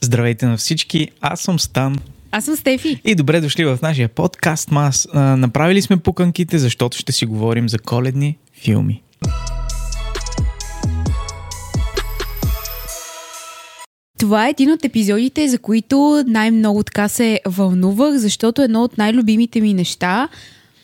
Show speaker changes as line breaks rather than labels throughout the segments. Здравейте на всички, аз съм Стан.
Аз съм Стефи.
И добре дошли в нашия подкаст Мас. А, Направили сме пуканките, защото ще си говорим за коледни филми.
Това е един от епизодите, за които най-много така се вълнувах, защото едно от най-любимите ми неща,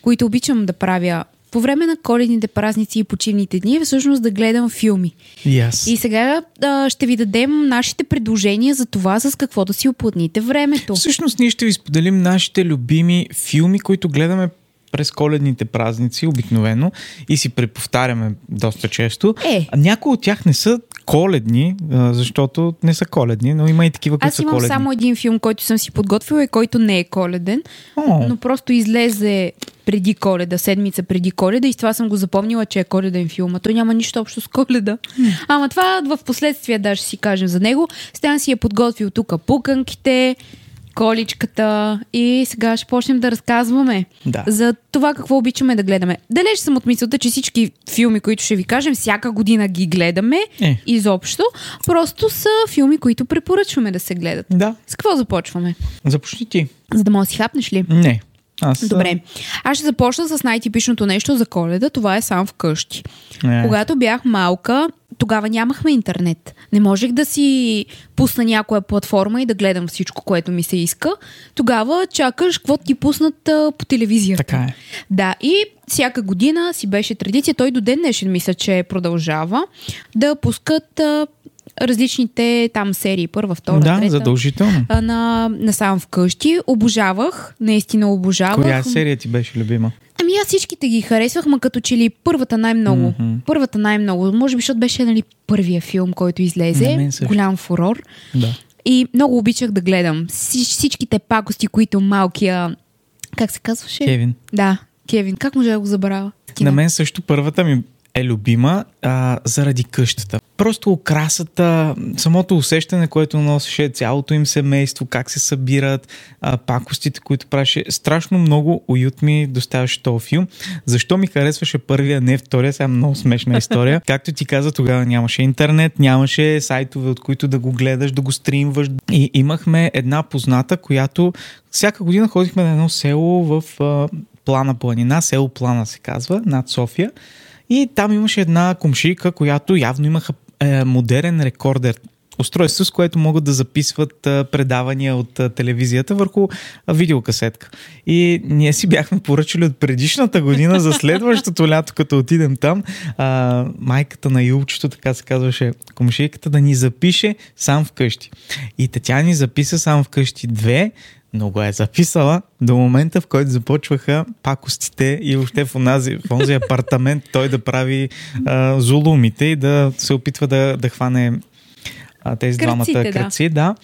които обичам да правя по време на коледните празници и почивните дни, е всъщност да гледам филми.
И аз.
И сега а, ще ви дадем нашите предложения за това с какво да си оплътните времето.
Всъщност ние ще ви споделим нашите любими филми, които гледаме през коледните празници обикновено и си преповтаряме доста често.
Е.
А Някои от тях не са коледни, а, защото не са коледни, но има и такива, които
Аз
са
имам
коледни.
само един филм, който съм си подготвила и който не е коледен.
О,
но просто излезе преди коледа, седмица преди коледа и с това съм го запомнила, че е коледен филм. А той няма нищо общо с коледа. Ама това в последствие даже ще си кажем за него. Стан си е подготвил тук пуканките, количката и сега ще почнем да разказваме
Да.
за това какво обичаме да гледаме. Далеч съм от мисълта, че всички филми, които ще ви кажем, всяка година ги гледаме
Е.
изобщо. Просто са филми, които препоръчваме да се гледат.
Да,
С какво започваме?
започни ти.
За да мога да си хапнеш ли?
Не. Аз.
Добре. Аз ще започна с най-типичното нещо за коледа. Това е сам вкъщи.
Не.
Когато бях малка, тогава нямахме интернет. Не можех да си пусна някоя платформа и да гледам всичко, което ми се иска. Тогава чакаш какво ти пуснат а, по телевизията.
Така е.
Да, и всяка година си беше традиция, той до ден днешен мисля, че продължава, да пускат а, различните там серии, първа, втора,
да,
трета.
задължително.
а, На, на сам вкъщи. Обожавах, наистина обожавах.
Коя серия ти беше любима?
Ами аз всичките ги харесвах, ма като че ли първата най-много.
Мгм.
Първата най-много. Може би, защото беше нали, първия филм, който
На
излезе.
мен също.
Голям фурор.
Да.
И много обичах да гледам Всич- всичките пакости, които малкия... Как се казваше?
Кевин.
Да, Кевин. Как може да го забравя?
На мен също първата ми е любима а, заради къщата. Просто украсата, самото усещане, което носеше цялото им семейство, как се събират, а, пакостите, които правеше. Страшно много уют ми доставяше този филм. Защо ми харесваше първия, не втория, сега е много смешна история. Както ти каза, тогава нямаше интернет, нямаше сайтове, от които да го гледаш, да го стримваш. И имахме една позната, която всяка година ходихме на едно село в а, Плана планина, село Плана се казва, над София. И там имаше една комшийка, която явно имаха е, модерен рекордер. Устройство, с което могат да записват е, предавания от е, телевизията върху е, видеокасетка. И ние си бяхме поръчали от предишната година за следващото лято, като отидем там, а, майката на Юлчето, така се казваше комшийката, да ни запише сам вкъщи. И те- тя ни записа сам вкъщи две, но го е записала до момента, в който започваха пакостите и още в, онази, в онзи апартамент той да прави а, зулумите и да се опитва да, да хване а, тези
Кръците,
двамата
да.
кръци. Да.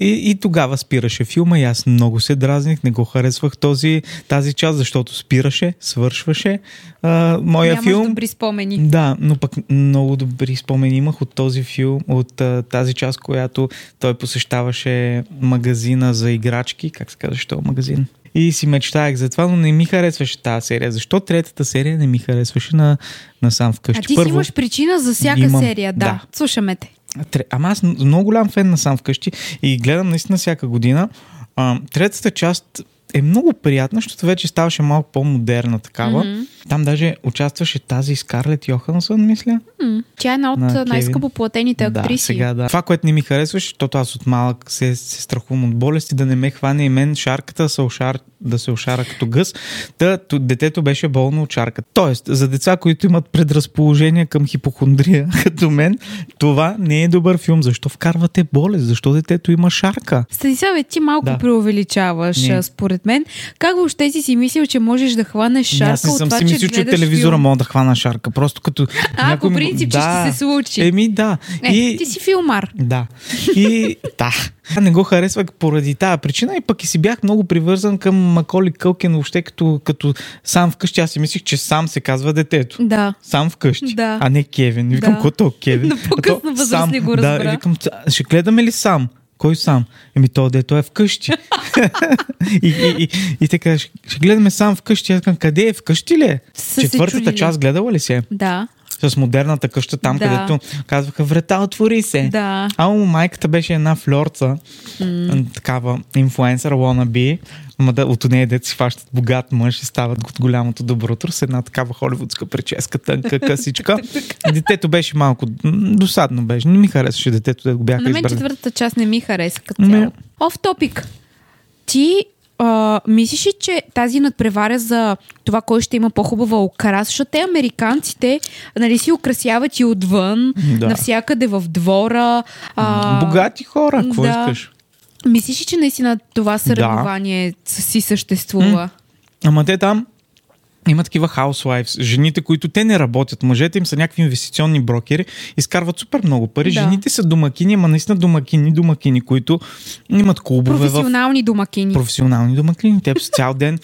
И, и тогава спираше филма и аз много се дразних, не го харесвах този, тази част, защото спираше, свършваше а, моя
Нямаш
филм.
добри спомени.
Да, но пък много добри спомени имах от този филм, от а, тази част, която той посещаваше магазина за играчки, как се казваше този магазин. И си мечтаях за това, но не ми харесваше тази серия. Защо третата серия не ми харесваше на, на сам вкъщи?
А ти си имаш причина за всяка
Имам,
серия. Да.
да.
Слушаме те.
Тре- Ама аз н- много голям фен на сам вкъщи и гледам наистина всяка година. А, третата част е много приятна, защото вече ставаше малко по-модерна такава.
Мгм.
Там даже участваше тази Скарлет Йохансън, мисля.
М, Тя е една от
На
а,
Кевин.
най-скъпо платените актриси.
Да, сега да. Това, което не ми харесваше, защото аз от малък се, се страхувам от болести, да не ме хване и мен шарката се ушар, да се ушара като гъс. Та, то, детето беше болно от шарката. Тоест, за деца, които имат предразположение към хипохондрия, като мен, това не е добър филм. Защо вкарвате болест? Защо детето има шарка?
Станиславе, е, ти малко
Да.
преувеличаваш,
Не.
а, според мен. Как въобще си си мислил, че можеш да хванеш
Ми, аз
шарка
не
от
съм
това,
си мислил, че от
гледаш
телевизора
филм?
мога да хвана шарка. Просто като.
А, по
някой ми го-
принцип, че ще се случи.
Еми, да.
Не, ти си филмар.
Да. И да. Не го харесвах поради тази причина и пък и си бях много привързан към Маколи Кълкен въобще като, като сам вкъщи. Аз си мислих, че сам се казва детето.
Да.
Сам вкъщи,
Да.
а не Кевин. Викам,
Да.
да. кой е Кевин?
На
А то
по-късна възраст
сам,
не го
Да,
разбра.
викам, «Ца- ще гледаме ли сам? Кой сам? Еми то дето е вкъщи. и, и, и, и така, ще ще гледаме сам вкъщи. Аз казвам, къде е? Вкъщи ли е?
Са се
Четвъртата
чудили.
част гледала ли си е?
Да.
с модерната къща, там
Да.
където казваха врата, отвори се.
Да.
А у майката беше една фльорца, mm. такава инфлуенсър, wannabe, ама да, от нея дете си фащат богат мъж и стават от голямото доброто с една такава холивудска прическа, тънка късичка. детето беше малко м, досадно беше. Не ми харесваше детето, да го бяха
На мен
избрали.
четвъртата част не ми хареса като
Не.
цяло. Оф топик. Ти а, мислиш ли, че тази надпреваря за това, кой ще има по-хубава украса, защото те американците нали, си украсяват и отвън,
Да.
навсякъде в двора. А,
Богати хора, какво
да.
искаш?
Мислиш ли, че наистина това съревнование си съществува?
Ама те там има такива housewives, жените, които те не работят. Мъжете им са някакви инвестиционни брокери, изкарват супер много пари. Да.
Да.
Жените са домакини, ама наистина домакини, домакини, които имат клубове в
Професионални домакини.
професионални домакини. Те през цял ден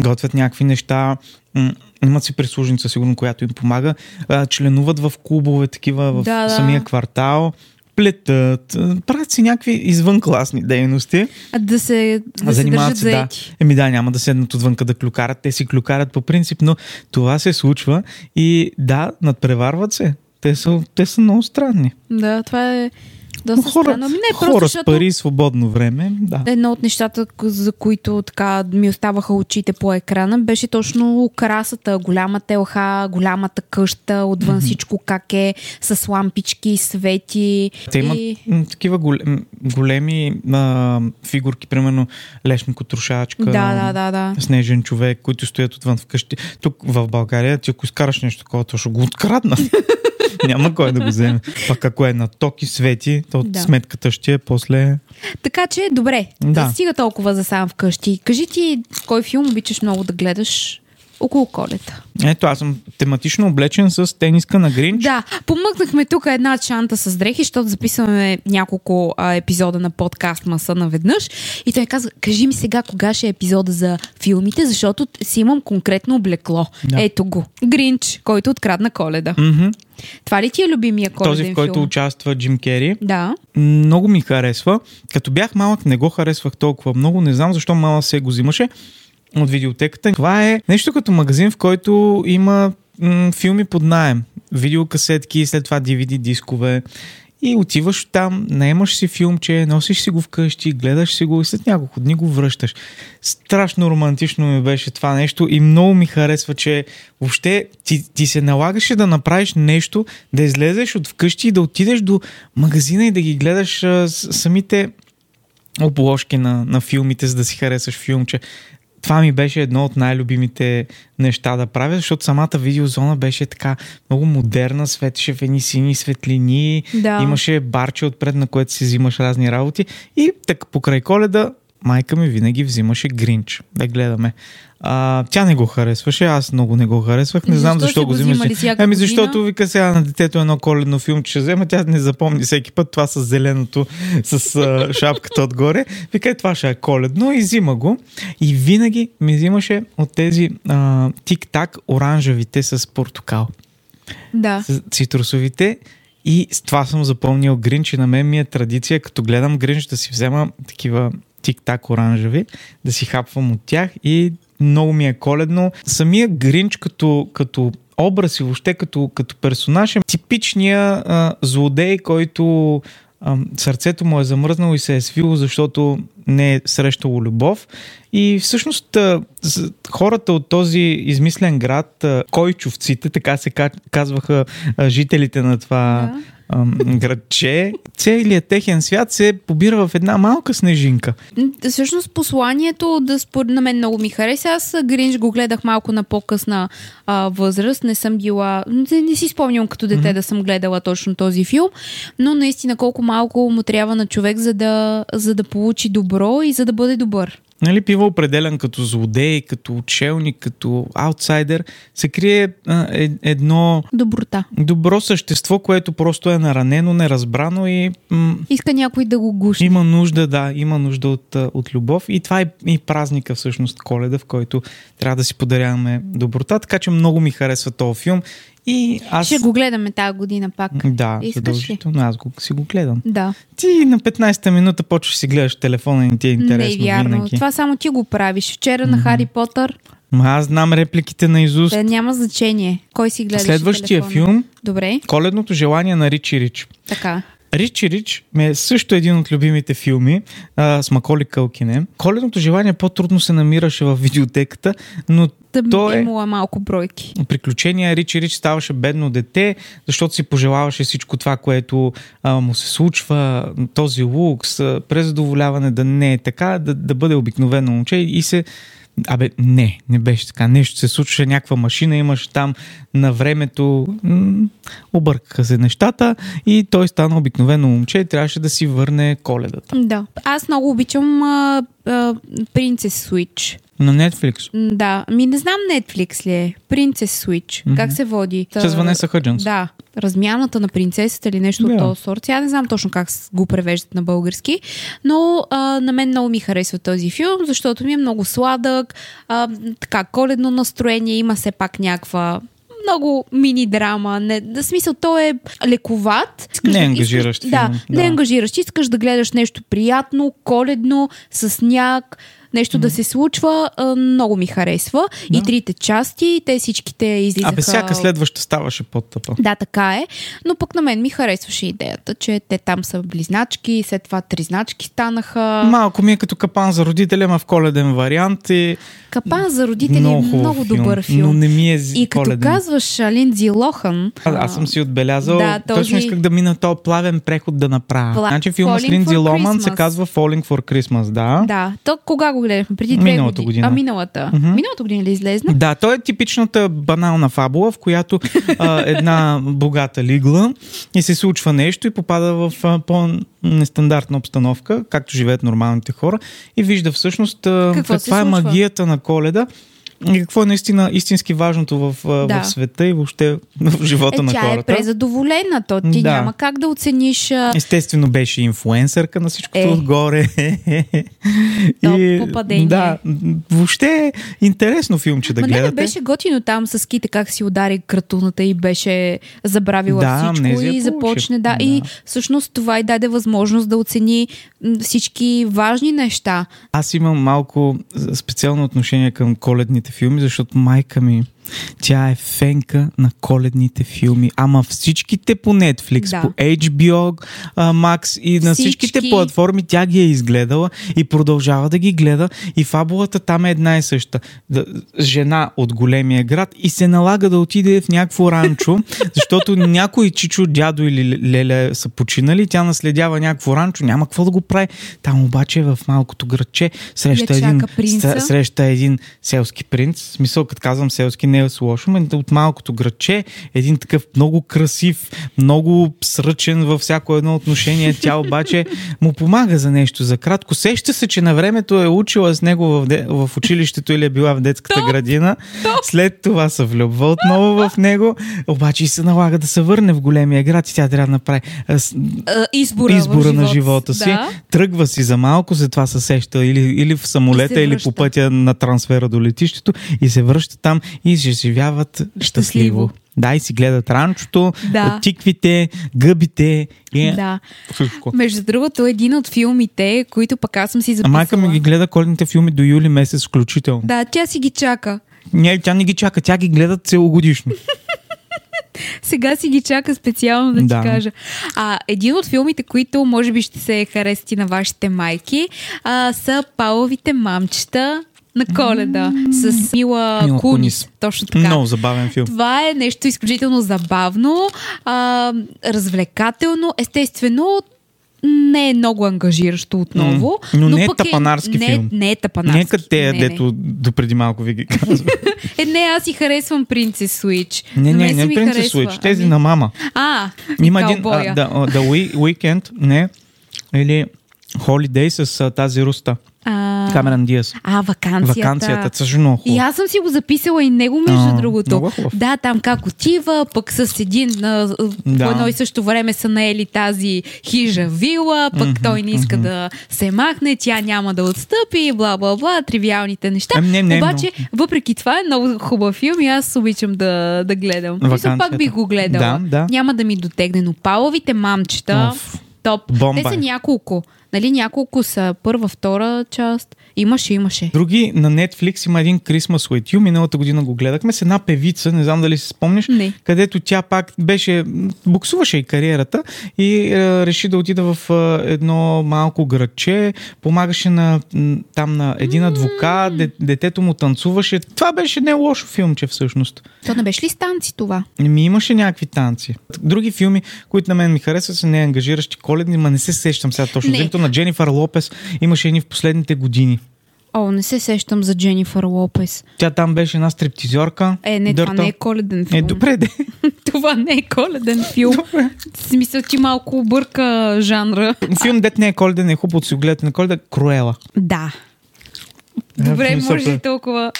готвят някакви неща, м, имат си прислужница, сигурно, която им помага, а, членуват в клубове, такива в
Да, да.
самия квартал, плетат, а, правят си някакви извънкласни дейности.
А Да се, да се държат
Занимават се, да.
заети.
Еми да, няма да седнат отвънка да клюкарат. Те си клюкарат по принцип, но това се случва и да, надпреварват се. Те са, те са много странни.
Да, това е
Но
доста
хора
странно. Ами Не, просто
хора с
защото
пари и свободно време, да.
едно от нещата, к- за които така ми оставаха очите по екрана, беше точно красата, голяма телха, голямата къща, отвън всичко как е, с лампички, свети.
Те имат
И...
м, такива големи, големи а, фигурки, примерно лешнико трошачка,
Да, да, да, да.
снежен човек, които стоят отвън вкъщи. Тук в България ти ако изкараш нещо такова, то ще го открадна. Няма кой да го вземе. Пак ако е на ток и свети, то
Да.
да. сметката ще е после...
Така че, добре, да.
Да.
стига толкова за сам вкъщи. Кажи ти, кой филм обичаш много да гледаш около колета?
Ето, аз съм тематично облечен с тениска на Гринч.
Да, помъкнахме тук една чанта с дрехи, защото записваме няколко а, епизода на подкаст Маса наведнъж. И той каза, кажи ми сега кога ще е епизода за филмите, защото си имам конкретно облекло. Да.
Да.
Ето го. Гринч, който открадна коледа.
Мгм.
Това ли ти е любимия коледен
Този, в който
филм?
участва Джим Кери.
Да.
Много ми харесва. Като бях малък, не го харесвах толкова много. Не знам защо мала се го взимаше от видеотеката. Това е нещо като магазин, в който има м- филми под найем. Видеокасетки, след това DVD дискове. И отиваш там, наемаш си филмче, носиш си го вкъщи, гледаш си го и след няколко дни го връщаш. Страшно романтично ми беше това нещо и много ми харесва, че въобще ти, ти се налагаше да направиш нещо, да излезеш от вкъщи и да отидеш до магазина и да ги гледаш а, с- самите обложки на, на филмите, за да си харесаш филмче. Това ми беше едно от най-любимите неща да правя, защото самата видеозона беше така много модерна, светеше в едни сини светлини,
Да.
имаше барче отпред, на което си взимаш разни работи и так покрай коледа майка ми винаги взимаше Гринч да гледаме. А, тя не го харесваше, аз много не го харесвах, не знам
Защо
защо,
сте
го
го
взимаше.
взимали всяка
Ами
година?
защото вика сега на детето едно коледно филмче ще взема, тя не запомни всеки път това с зеленото, с а, шапката отгоре. Вика, е, това ще е коледно и взима го. И винаги ми взимаше от тези а, тик-так оранжевите с портокал,
Да.
с цитрусовите. И с това съм запомнил Гринч и на мен ми е традиция, като гледам Гринч да си взема такива тик-так оранжеви, да си хапвам от тях и много ми е коледно. Самия Гринч като, като образ и въобще като, като персонаж е типичния а, злодей, който а, сърцето му е замръзнало и се е свило, защото не е срещало любов. И всъщност а, с- хората от този измислен град, а, койчовците, така се ка- казваха а, жителите на това
Да.
ам, градче, целият техен свят се побира в една малка снежинка.
М, Всъщност посланието да според на мен много ми хареса. Аз а, Гринч го гледах малко на по-късна а, възраст. Не съм била... Не, не си спомням като дете mm-hmm. да съм гледала точно този филм, но наистина колко малко му трябва на човек, за да, за да получи добро и за да бъде добър.
Нали, бива определен като злодей, като учелник, като аутсайдер, се крие а, е, едно
Доброта.
добро същество, което просто е наранено, неразбрано и м-
Иска някой да го гуши.
Има нужда, да, има нужда от, а, от любов и това е и празника всъщност коледа, в който трябва да си подаряваме доброта, така че много ми харесва този филм и аз...
Ще го гледаме тази година пак.
Да,
Искаш ли?
задължително, аз го, си го гледам.
Да,
Ти на 15-та минута почваш си гледаш телефона и не ти е интересно
не е вярно.
винаги.
Това само ти го правиш. Вчера на Хари Потър
Ма аз знам репликите на Изуст.
Те няма значение. Кой си гледаш
Следващия филм
Добре,
Коледното желание на Ричи Рич.
така.
Ричи Рич ми е също един от любимите филми а, с Маколи Кълкине. Коледното желание по-трудно се намираше в видеотеката, но
Да
То
Той...
е-
имала малко бройки.
приключения Ричи Рич ставаше бедно дете, защото си пожелаваше всичко това, което а, му се случва, този лукс, а, през задоволяване да не е така, да, да бъде обикновено момче и се... Абе, не, не беше така. Нещо се случваше, някаква машина имаше там на времето. М, объркаха се нещата и той стана обикновено момче и трябваше да си върне коледата.
Да. Аз много обичам а, а, Princess Switch.
На Netflix.
М, Да, ми не знам Netflix ли е. Princess Switch.
Мгм.
Как се води? Та-
С Ванеса Хъдженс.
Да, размяната на принцесата или нещо
Да.
от този сорт. Сега не знам точно как с- го превеждат на български, но а, на мен много ми харесва този филм, защото ми е много сладък, а, така коледно настроение, има все пак някаква много мини драма. Не, да, смисъл, той е лековат. Искаш
Не
да-
ангажиращ
искаш, да,
филм,
не
да.
ангажиращ. Искаш да гледаш нещо приятно, коледно, с сняг, нещо да се случва. А, много ми харесва. И
Да.
трите части, те всичките излизаха.
Абе, всяка следваща ставаше по-тъпа.
Да, така е. Но пък на мен ми харесваше идеята, че те там са близначки, след това тризначки станаха. Ма...
Малко ми е като капан за родителя, ма в коледен вариант и
Капан за родители е
много,
много,
хубав
много добър филм.
Но не ми е
И
и
като
коледен.
казваш а, Линдзи Лохан,
А, аз съм си отбелязал,
Да,
да,
този-
този... точно исках да мина този плавен преход да направя.
Пла-
Значи филма с
Falling
Линдзи
for
Ломан
Christmas.
се казва Falling for Christmas, да.
да, то кога го гледахме? Преди две
Миналата
години.
година.
А, миналата.
Мгм.
Миналата година ли излезна?
Да, то е типичната банална фабула, в която а, една богата лигла и се случва нещо и попада в а, по-нестандартна обстановка, както живеят нормалните хора и вижда всъщност а,
Какво се
каква е
случва?
магията на коледа и какво е наистина истински важното в, а,
Да.
в света и въобще в живота
е,
на
тя е
хората.
презадоволена, то ти
Да.
няма как да оцениш. а,
Естествено беше инфуенсърка на всичкото
Е.
е. отгоре.
Топ попадение.
Да, въобще е интересно филмче да
Ма Нали не,
гледате.
не беше готино там с ките как си удари кратуната и беше забравила
Да,
всичко
амнезия
и
получи.
започне. Да, да, и
Да.
всъщност това и даде възможност да оцени м, всички важни неща.
Аз имам малко специално отношение към коледните филми, защото майка ми, тя е фенка на коледните филми. Ама всичките по Netflix,
Да.
по HBO а, Max и на всички.
Всички.
всичките платформи тя ги е изгледала и продължава да ги гледа. И фабулата там е една и съща. Да, жена от големия град и се налага да отиде в някакво ранчо, защото някой чичо, дядо или леле са починали. Тя наследява някакво ранчо, няма какво да го прави. Там обаче е в малкото градче среща
Я чака
един,
принца.
сре- среща един селски принц. В смисъл, като казвам селски, не е с лошо, но от малкото градче, един такъв много красив, много сръчен във всяко едно отношение. Тя обаче му помага за нещо за кратко. Сеща се, че на времето е учила с него в, де, в училището или е била в детската градина. След това се влюбва отново в него, обаче и се налага да се върне в големия град и тя трябва да направи а, с-
А, избора в
избора
живот.
на живота си.
Да.
Тръгва си за малко, след това се сеща или, или в самолета,
И се
или
връща.
по пътя на трансфера до летището и се връща там и се живяват щастливо.
Щастливо.
Да, и си гледат ранчото,
Да.
тиквите, гъбите и
Да.
всичко.
Между другото, един от филмите, които пък аз съм си
А
записала.
майка ми ги гледа коледните филми до юли месец включително.
Да, тя си ги чака.
Не, тя не ги чака, тя ги гледа целогодишно.
Сега си ги чака специално да ти
Да.
кажа. А, един от филмите, които може би ще се харесат и на вашите майки, а, са Павловите мамчета на коледа с Мила,
Мила
Кунис.
Кунис.
Точно така.
Много забавен филм.
Това е нещо изключително забавно, а, развлекателно, естествено не е много ангажиращо отново.
М, но не е
пък
тапанарски
не,
филм.
Не е тапанарски.
Нека те,
не, не.
дето допреди малко ви ги казвам.
Е, не, аз си харесвам Принцес Switch.
Не,
На
не,
мен си
не
ми
Принцес
харесва.
Switch, тези
Ами-
на мама.
А,
Има
и
един,
каубоя.
а, да, а, да, уи- Weekend, не, или Holiday с а, тази руста,
А,
Камеран Диас.
а, вакансията.
Вакансията, също много
И
хубаво.
аз съм си го записала и него, между
А,
другото.
много е хубав.
Да, там как отива, пък с един а, да.
Да.
по едно и също време са наели тази хижа вила, пък mm-hmm, той не иска mm-hmm. да се махне, тя няма да отстъпи, бла-бла-бла, тривиалните неща.
Ем, не, не,
Обаче, въпреки това е много хубав филм и аз обичам да, да гледам. Мисля, пак
Вакансията.
бих го гледала.
Да, да.
Няма да ми дотегне, но паловите мамчета...
Оф.
Топ.
Бомба
Те са
е.
няколко. Нали, няколко са първа, втора част. Имаше, имаше.
Други на Netflix има един Christmas with You. Миналата година го гледахме с една певица, не знам дали си спомняш,
Не.
където тя пак беше, буксуваше и кариерата и е, реши да отида в е, едно малко градче, помагаше на, м, там на един адвокат, де, детето му танцуваше. Това беше не лошо филмче всъщност.
То не беше ли станци това?
Ми имаше някакви танци. Други филми, които на мен ми харесват, са неангажиращи коледни, ма не се сещам сега точно.
Не.
Взето на Дженифър Лопес имаше едни в последните години.
О, не се сещам за Дженифър Лопес.
Тя там беше една стриптизьорка.
Е, не,
дърта.
това не е коледен филм.
Е, добре, де.
това не е коледен филм. В смисъл, ти малко обърка жанра.
Филм дет не е коледен, е хубаво да си го гледате на коледа. Круела.
Да.
Е, в
Добре,
смисъл,
може
бе.
и толкова.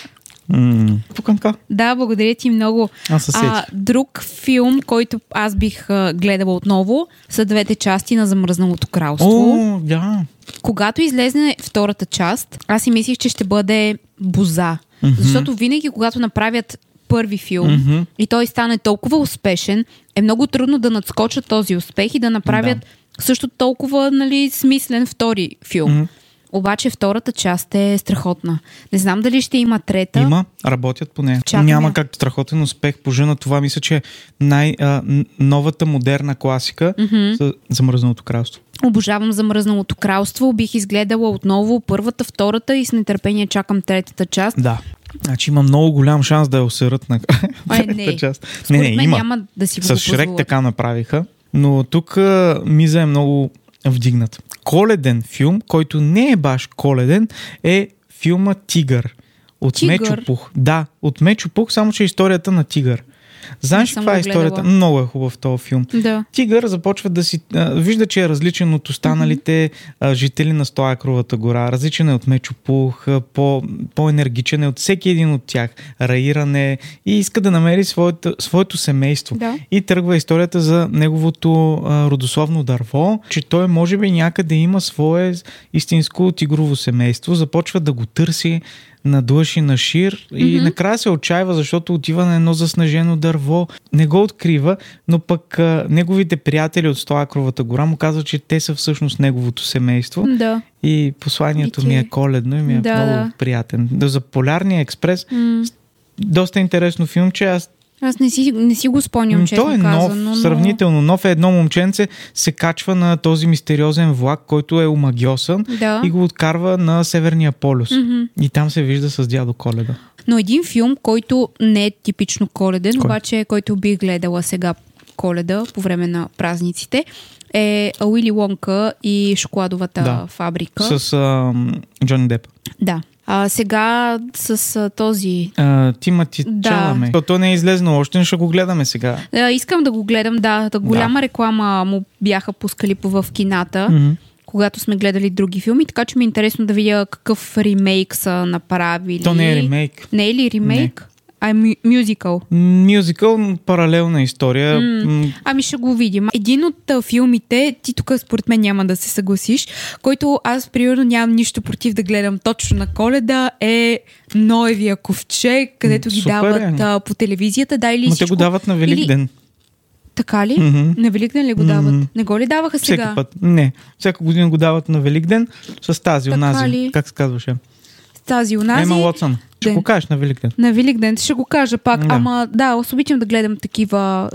М, Пуканка.
Да, благодаря ти много.
Аз се
А,
сетих.
друг филм, който аз бих а, гледала отново, са двете части на Замръзналото кралство.
О, да.
Когато излезне втората част, аз си мислих, че ще бъде боза.
Мгм.
Защото винаги, когато направят първи филм
Мгм.
и той стане толкова успешен, е много трудно да надскочат този успех и да направят също толкова нали, смислен втори филм.
Мгм.
Обаче втората част е страхотна. Не знам дали ще има трета.
Има, работят по нея.
Чакам
Няма
я.
как страхотен успех по жена. Това мисля, че е най-новата модерна класика за замръзналото кралство.
Обожавам замръзналото кралство. Бих изгледала отново първата, втората и с нетърпение чакам третата част.
Да. Значи има много голям шанс да я осерат на
Ай,
третата
не.
част. Не,
Според
не,
мен
има.
няма да си го
С Шрек
позволят.
така направиха, но тук а, Миза е много вдигнат. Коледен филм, който не е баш коледен, е филма Тигър. От
Тигър?
Мечо Пух. Да, от Мечо Пух, само че е историята на Тигър. Знаеш
Не
ли
съм
каква е
го гледала.
историята? Много е хубав този филм.
Да.
Тигър започва да си. А, вижда, че е различен от останалите а, жители на Стоякровата гора. Различен е от Мечопух, а, по, по-енергичен е от всеки един от тях. Раиран е и иска да намери своето, своето семейство.
Да.
И тръгва историята за неговото а, родословно дърво, че той може би някъде има свое истинско тигрово семейство. Започва да го търси на дъж и на шир и накрая се отчаива, защото отива на едно заснежено дърво. Не го открива, но пък а, неговите приятели от Стоакровата гора му казват, че те са всъщност неговото семейство.
Да.
И посланието
И ти-
ми е коледно и ми е
Да,
много
да.
приятен. Да, За Полярния експрес
М.
доста интересно филмче. Аз
Аз не си, не си го спомням,
М,
честно
Той е нов,
казано. но-
сравнително нов. Е едно момченце се качва на този мистериозен влак, който е омагиосан
Да.
и го откарва на Северния полюс.
Мгм.
И там се вижда с дядо Коледа.
Но един филм, който не е типично коледен,
Кой?
обаче който бих гледала сега коледа по време на празниците, е Уили Лонка и шоколадовата
Да.
фабрика.
С ам, Джони Деп.
Да. А сега с а, този
А, Тимати
Да.
Чаламе. То, то не е излезнало още, но ще го гледаме сега.
А, искам да го гледам, да. да голяма реклама му бяха пускали по- в кината,
Мгм.
когато сме гледали други филми, така че ми е интересно да видя какъв ремейк са направили.
То не е ремейк.
Не е ли ремейк? А е мю- мюзикъл.
М, Ами, Мюзикъл, м, паралелна история. М,
Ами ще го видим. Един от а, филмите, ти тук според мен няма да се съгласиш, който аз примерно нямам нищо против да гледам точно на коледа, е Ноевия ковчег, където ги
Супер е.
дават а, по телевизията. Да, или
Ма те го
всичко...
дават на Велик
Или-
ден.
Така ли?
Мгм.
На Великден ли го дават?
Мгм.
Не го ли даваха сега?
Всеки път. Не. Всяка година го дават на Велик ден с тази,
Така
онази.
ли?
Как се казваше?
С тази унази.
Ема Лотсън. Ще
ден.
го кажеш на Велик ден.
На Великден ще го кажа пак.
Да.
Ама да, аз обичам да гледам такива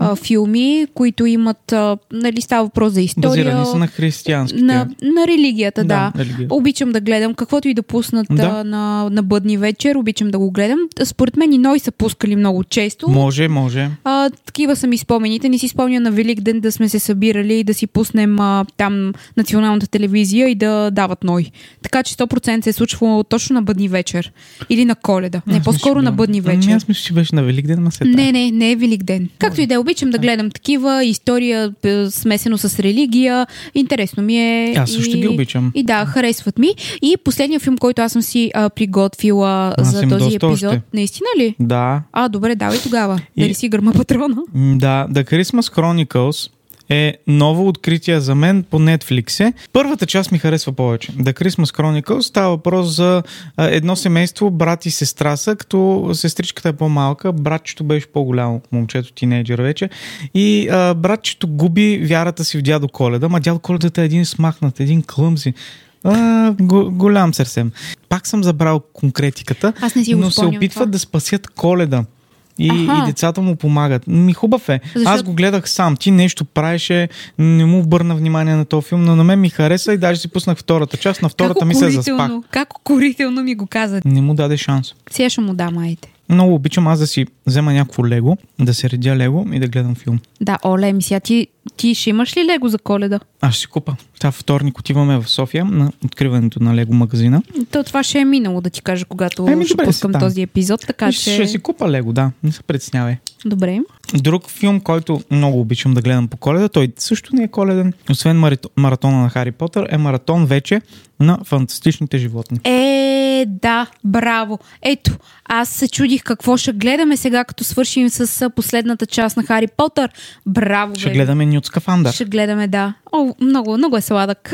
а, филми, които имат, а, нали става въпрос за история.
Базирани са на християнските.
на, на религията, да.
Да, религия.
Обичам да гледам каквото и да пуснат
Да.
а, на, на бъдни вечер, обичам да го гледам. Според мен и Ной са пускали много често.
Може, може.
А, такива са ми спомените. Не си спомня на Велик ден да сме се събирали и да си пуснем а, там националната телевизия и да дават ной. Така че 100% се е случвало точно на бъдни вечер. Или на коледа. Не,
Аз мисля,
по-скоро
че
на
да.
бъдни
Ами
вечер.
Аз мисля, че беше на Великден, ма се
Не, не, не е Велик ден. Както и да е, обичам да гледам такива, история е, смесено с религия. Интересно ми е.
Аз също
и-
ги обичам.
И да, харесват ми. И последният филм, който аз съм си а, приготвила
Аз
за
имам
този
доста
епизод.
още.
Наистина ли?
Да,
А, добре, давай тогава.
И-
Нали си гърма патрона?
М, да. The Christmas Chronicles е ново откритие за мен по Netflix. е. Първата част ми харесва повече. The Christmas Chronicle става въпрос за а, едно семейство, брат и сестра са, като сестричката е по-малка, братчето беше по-голямо, момчето тинейджър вече. И а, братчето губи вярата си в дядо Коледа, ма дядо Коледата е един смахнат, един клъмзи. А, го, голям сърсем. Пак съм забрал конкретиката,
Аз не си го
но се
спомням
опитват
това.
да спасят Коледа. И,
Аха.
и децата му помагат. Ми хубав е.
Защото-
Аз го гледах сам. Ти нещо правеше, не му обърна внимание на този филм, но на мен ми хареса и даже си пуснах втората част. На втората
как
ми се заспах.
укорително, как укорително ми го каза.
Не му даде шанс.
Сега ще му дам, айде.
Много обичам аз да си взема някакво лего, да се редя лего и да гледам филм.
Да, оле, ми сега ти, ти ще имаш ли лего за коледа?
Аз ще си купа. Та вторник отиваме в София на откриването на лего магазина.
То това ще е минало, да ти кажа, когато
Еми,
ще
Ами, добре,
пускам
си там.
този епизод, така
Ще,
че...
ще си купа лего, да. Не се предснявай.
Добре.
Друг филм, който много обичам да гледам по коледа, той също не е коледен, освен марито- маратона на Хари Потър, е маратон вече на фантастичните животни.
Е, да, браво. Ето, аз се чудих какво ще гледаме сега, като свършим с а, последната част на Хари Потър. Браво,
Ще
бе.
гледаме Нют Скафандър.
Ще гледаме, да. О, много, много е сладък.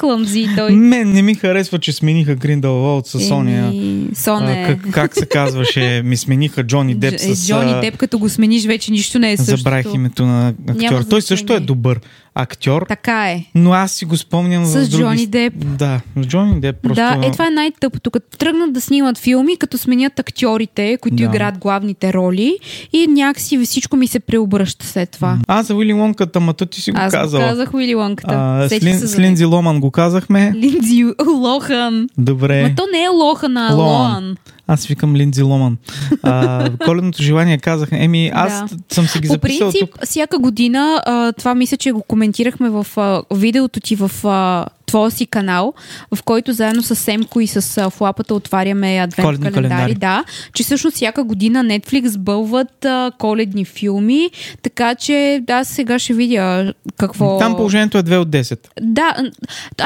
Клъмзи той.
Мен не ми харесва, че смениха Гриндалволд с Соня.
Еми,
А,
Соня. е
как, как се казваше, ми смениха Джони Деп
Дж- е,
с...
Джони
а,
Деп, като го смениш, вече нищо не е същото.
Забравих името на актьор.
Няма
Той
значение.
също е добър актьор,
Така е.
но аз си го спомням
С
в други...
Джони Деп.
Да, с Джони Деп просто...
Да, е това е най-тъпото. Като тръгнат да снимат филми, като сменят актьорите, които
Да.
играят главните роли и някакси всичко ми се преобръща след това.
А, за Уили Лонка, тъмата ти си го
Аз го
казала.
казах Уили Лонката.
А, с,
Сетих
Лин,
се за
с Линдзи Ломан го казахме.
него. Линдзи Лохан. Ма
Добре.
то не е Лохан, а
Лоан.
Лоан.
Аз викам Линдзи Ломан. А, коледното желание казах. Еми, аз
Да.
съм си ги
По
записал
принцип,
тук.
всяка година, а, това мисля, че го коментирахме в а, видеото ти в а, твоя си канал, в който заедно с Семко и с а, Флапата отваряме адвент
Коледни
календари,
календари.
да, че всъщност всяка година Netflix бълват а, коледни филми, така че да, сега ще видя какво...
Там положението е 2 от 10.
Да, н-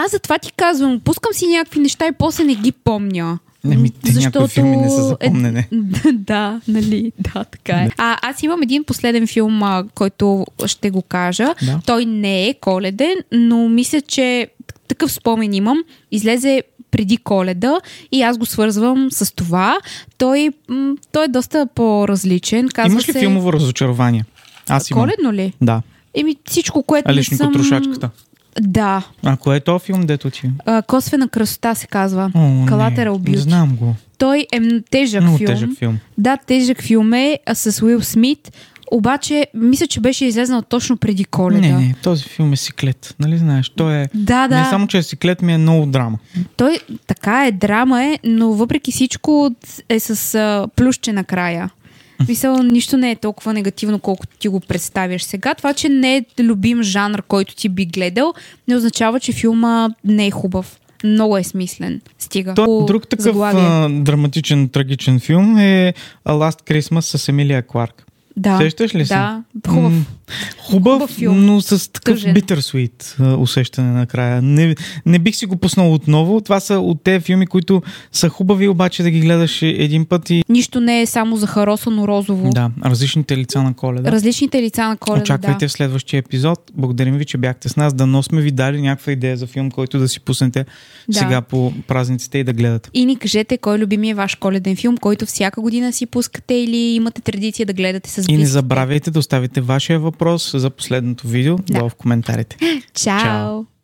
аз за това ти казвам, пускам си някакви неща и после не ги помня.
Еми, те някои филми не са
е-
запомнене.
да, нали, да, така е. А, аз имам един последен филм, а, който ще го кажа.
Да.
Той не е коледен, но мисля, че такъв спомен имам. Излезе преди коледа и аз го свързвам с това. Той, м, той е доста по-различен. Казва
Имаш ли
се...
филмово разочарование? Аз имам.
Коледно ли?
Да.
Еми всичко, което не
Алешнико
съм...
Трошачката.
Да.
Ако е то филм, дето ти...
А, Косвена красота се казва.
О, не.
Collateral Beauty.
Знам го.
Той е м- тежък
Много
филм.
тежък филм.
Да, тежък филм е а, с Уил Смит, обаче мисля, че беше излезнал точно преди коледа.
Не, не, този филм е сиклет. Нали знаеш? Той е...
Да, да.
Не само, че е сиклет, ми е много драма.
Той така е, драма е, но въпреки всичко е с а, плюсче накрая. Мисъл, нищо не е толкова негативно, колкото ти го представяш сега. Това, че не е любим жанр, който ти би гледал, не означава, че филма не е хубав. Много е смислен. Стига.
То,
По
е друг такъв
заглавие.
а, драматичен, трагичен филм е а, Last Christmas с Емилия Кларк.
да,
сещаш ли се?
Да, хубав.
М, Хубав,
Хубав филм.
но с такъв
Тъжен.
битърсуит усещане накрая. Не, не бих си го пуснал отново. Това са от те филми, които са хубави, обаче да ги гледаш един път и...
Нищо не е само захаросано розово.
Да, различните лица на коледа.
Различните лица на коледа,
Очаквайте
да.
в следващия епизод. Благодарим ви, че бяхте с нас. Дано сме ви дали някаква идея за филм, който да си пуснете
Да.
сега по празниците и да гледате.
И ни кажете кой е любимия ваш коледен филм, който всяка година си пускате или имате традиция да гледате с
И
близките.
не забравяйте да оставите вашия въпрос за последното видео
Да.
долу в коментарите.
Чао!
Чао.
Чао.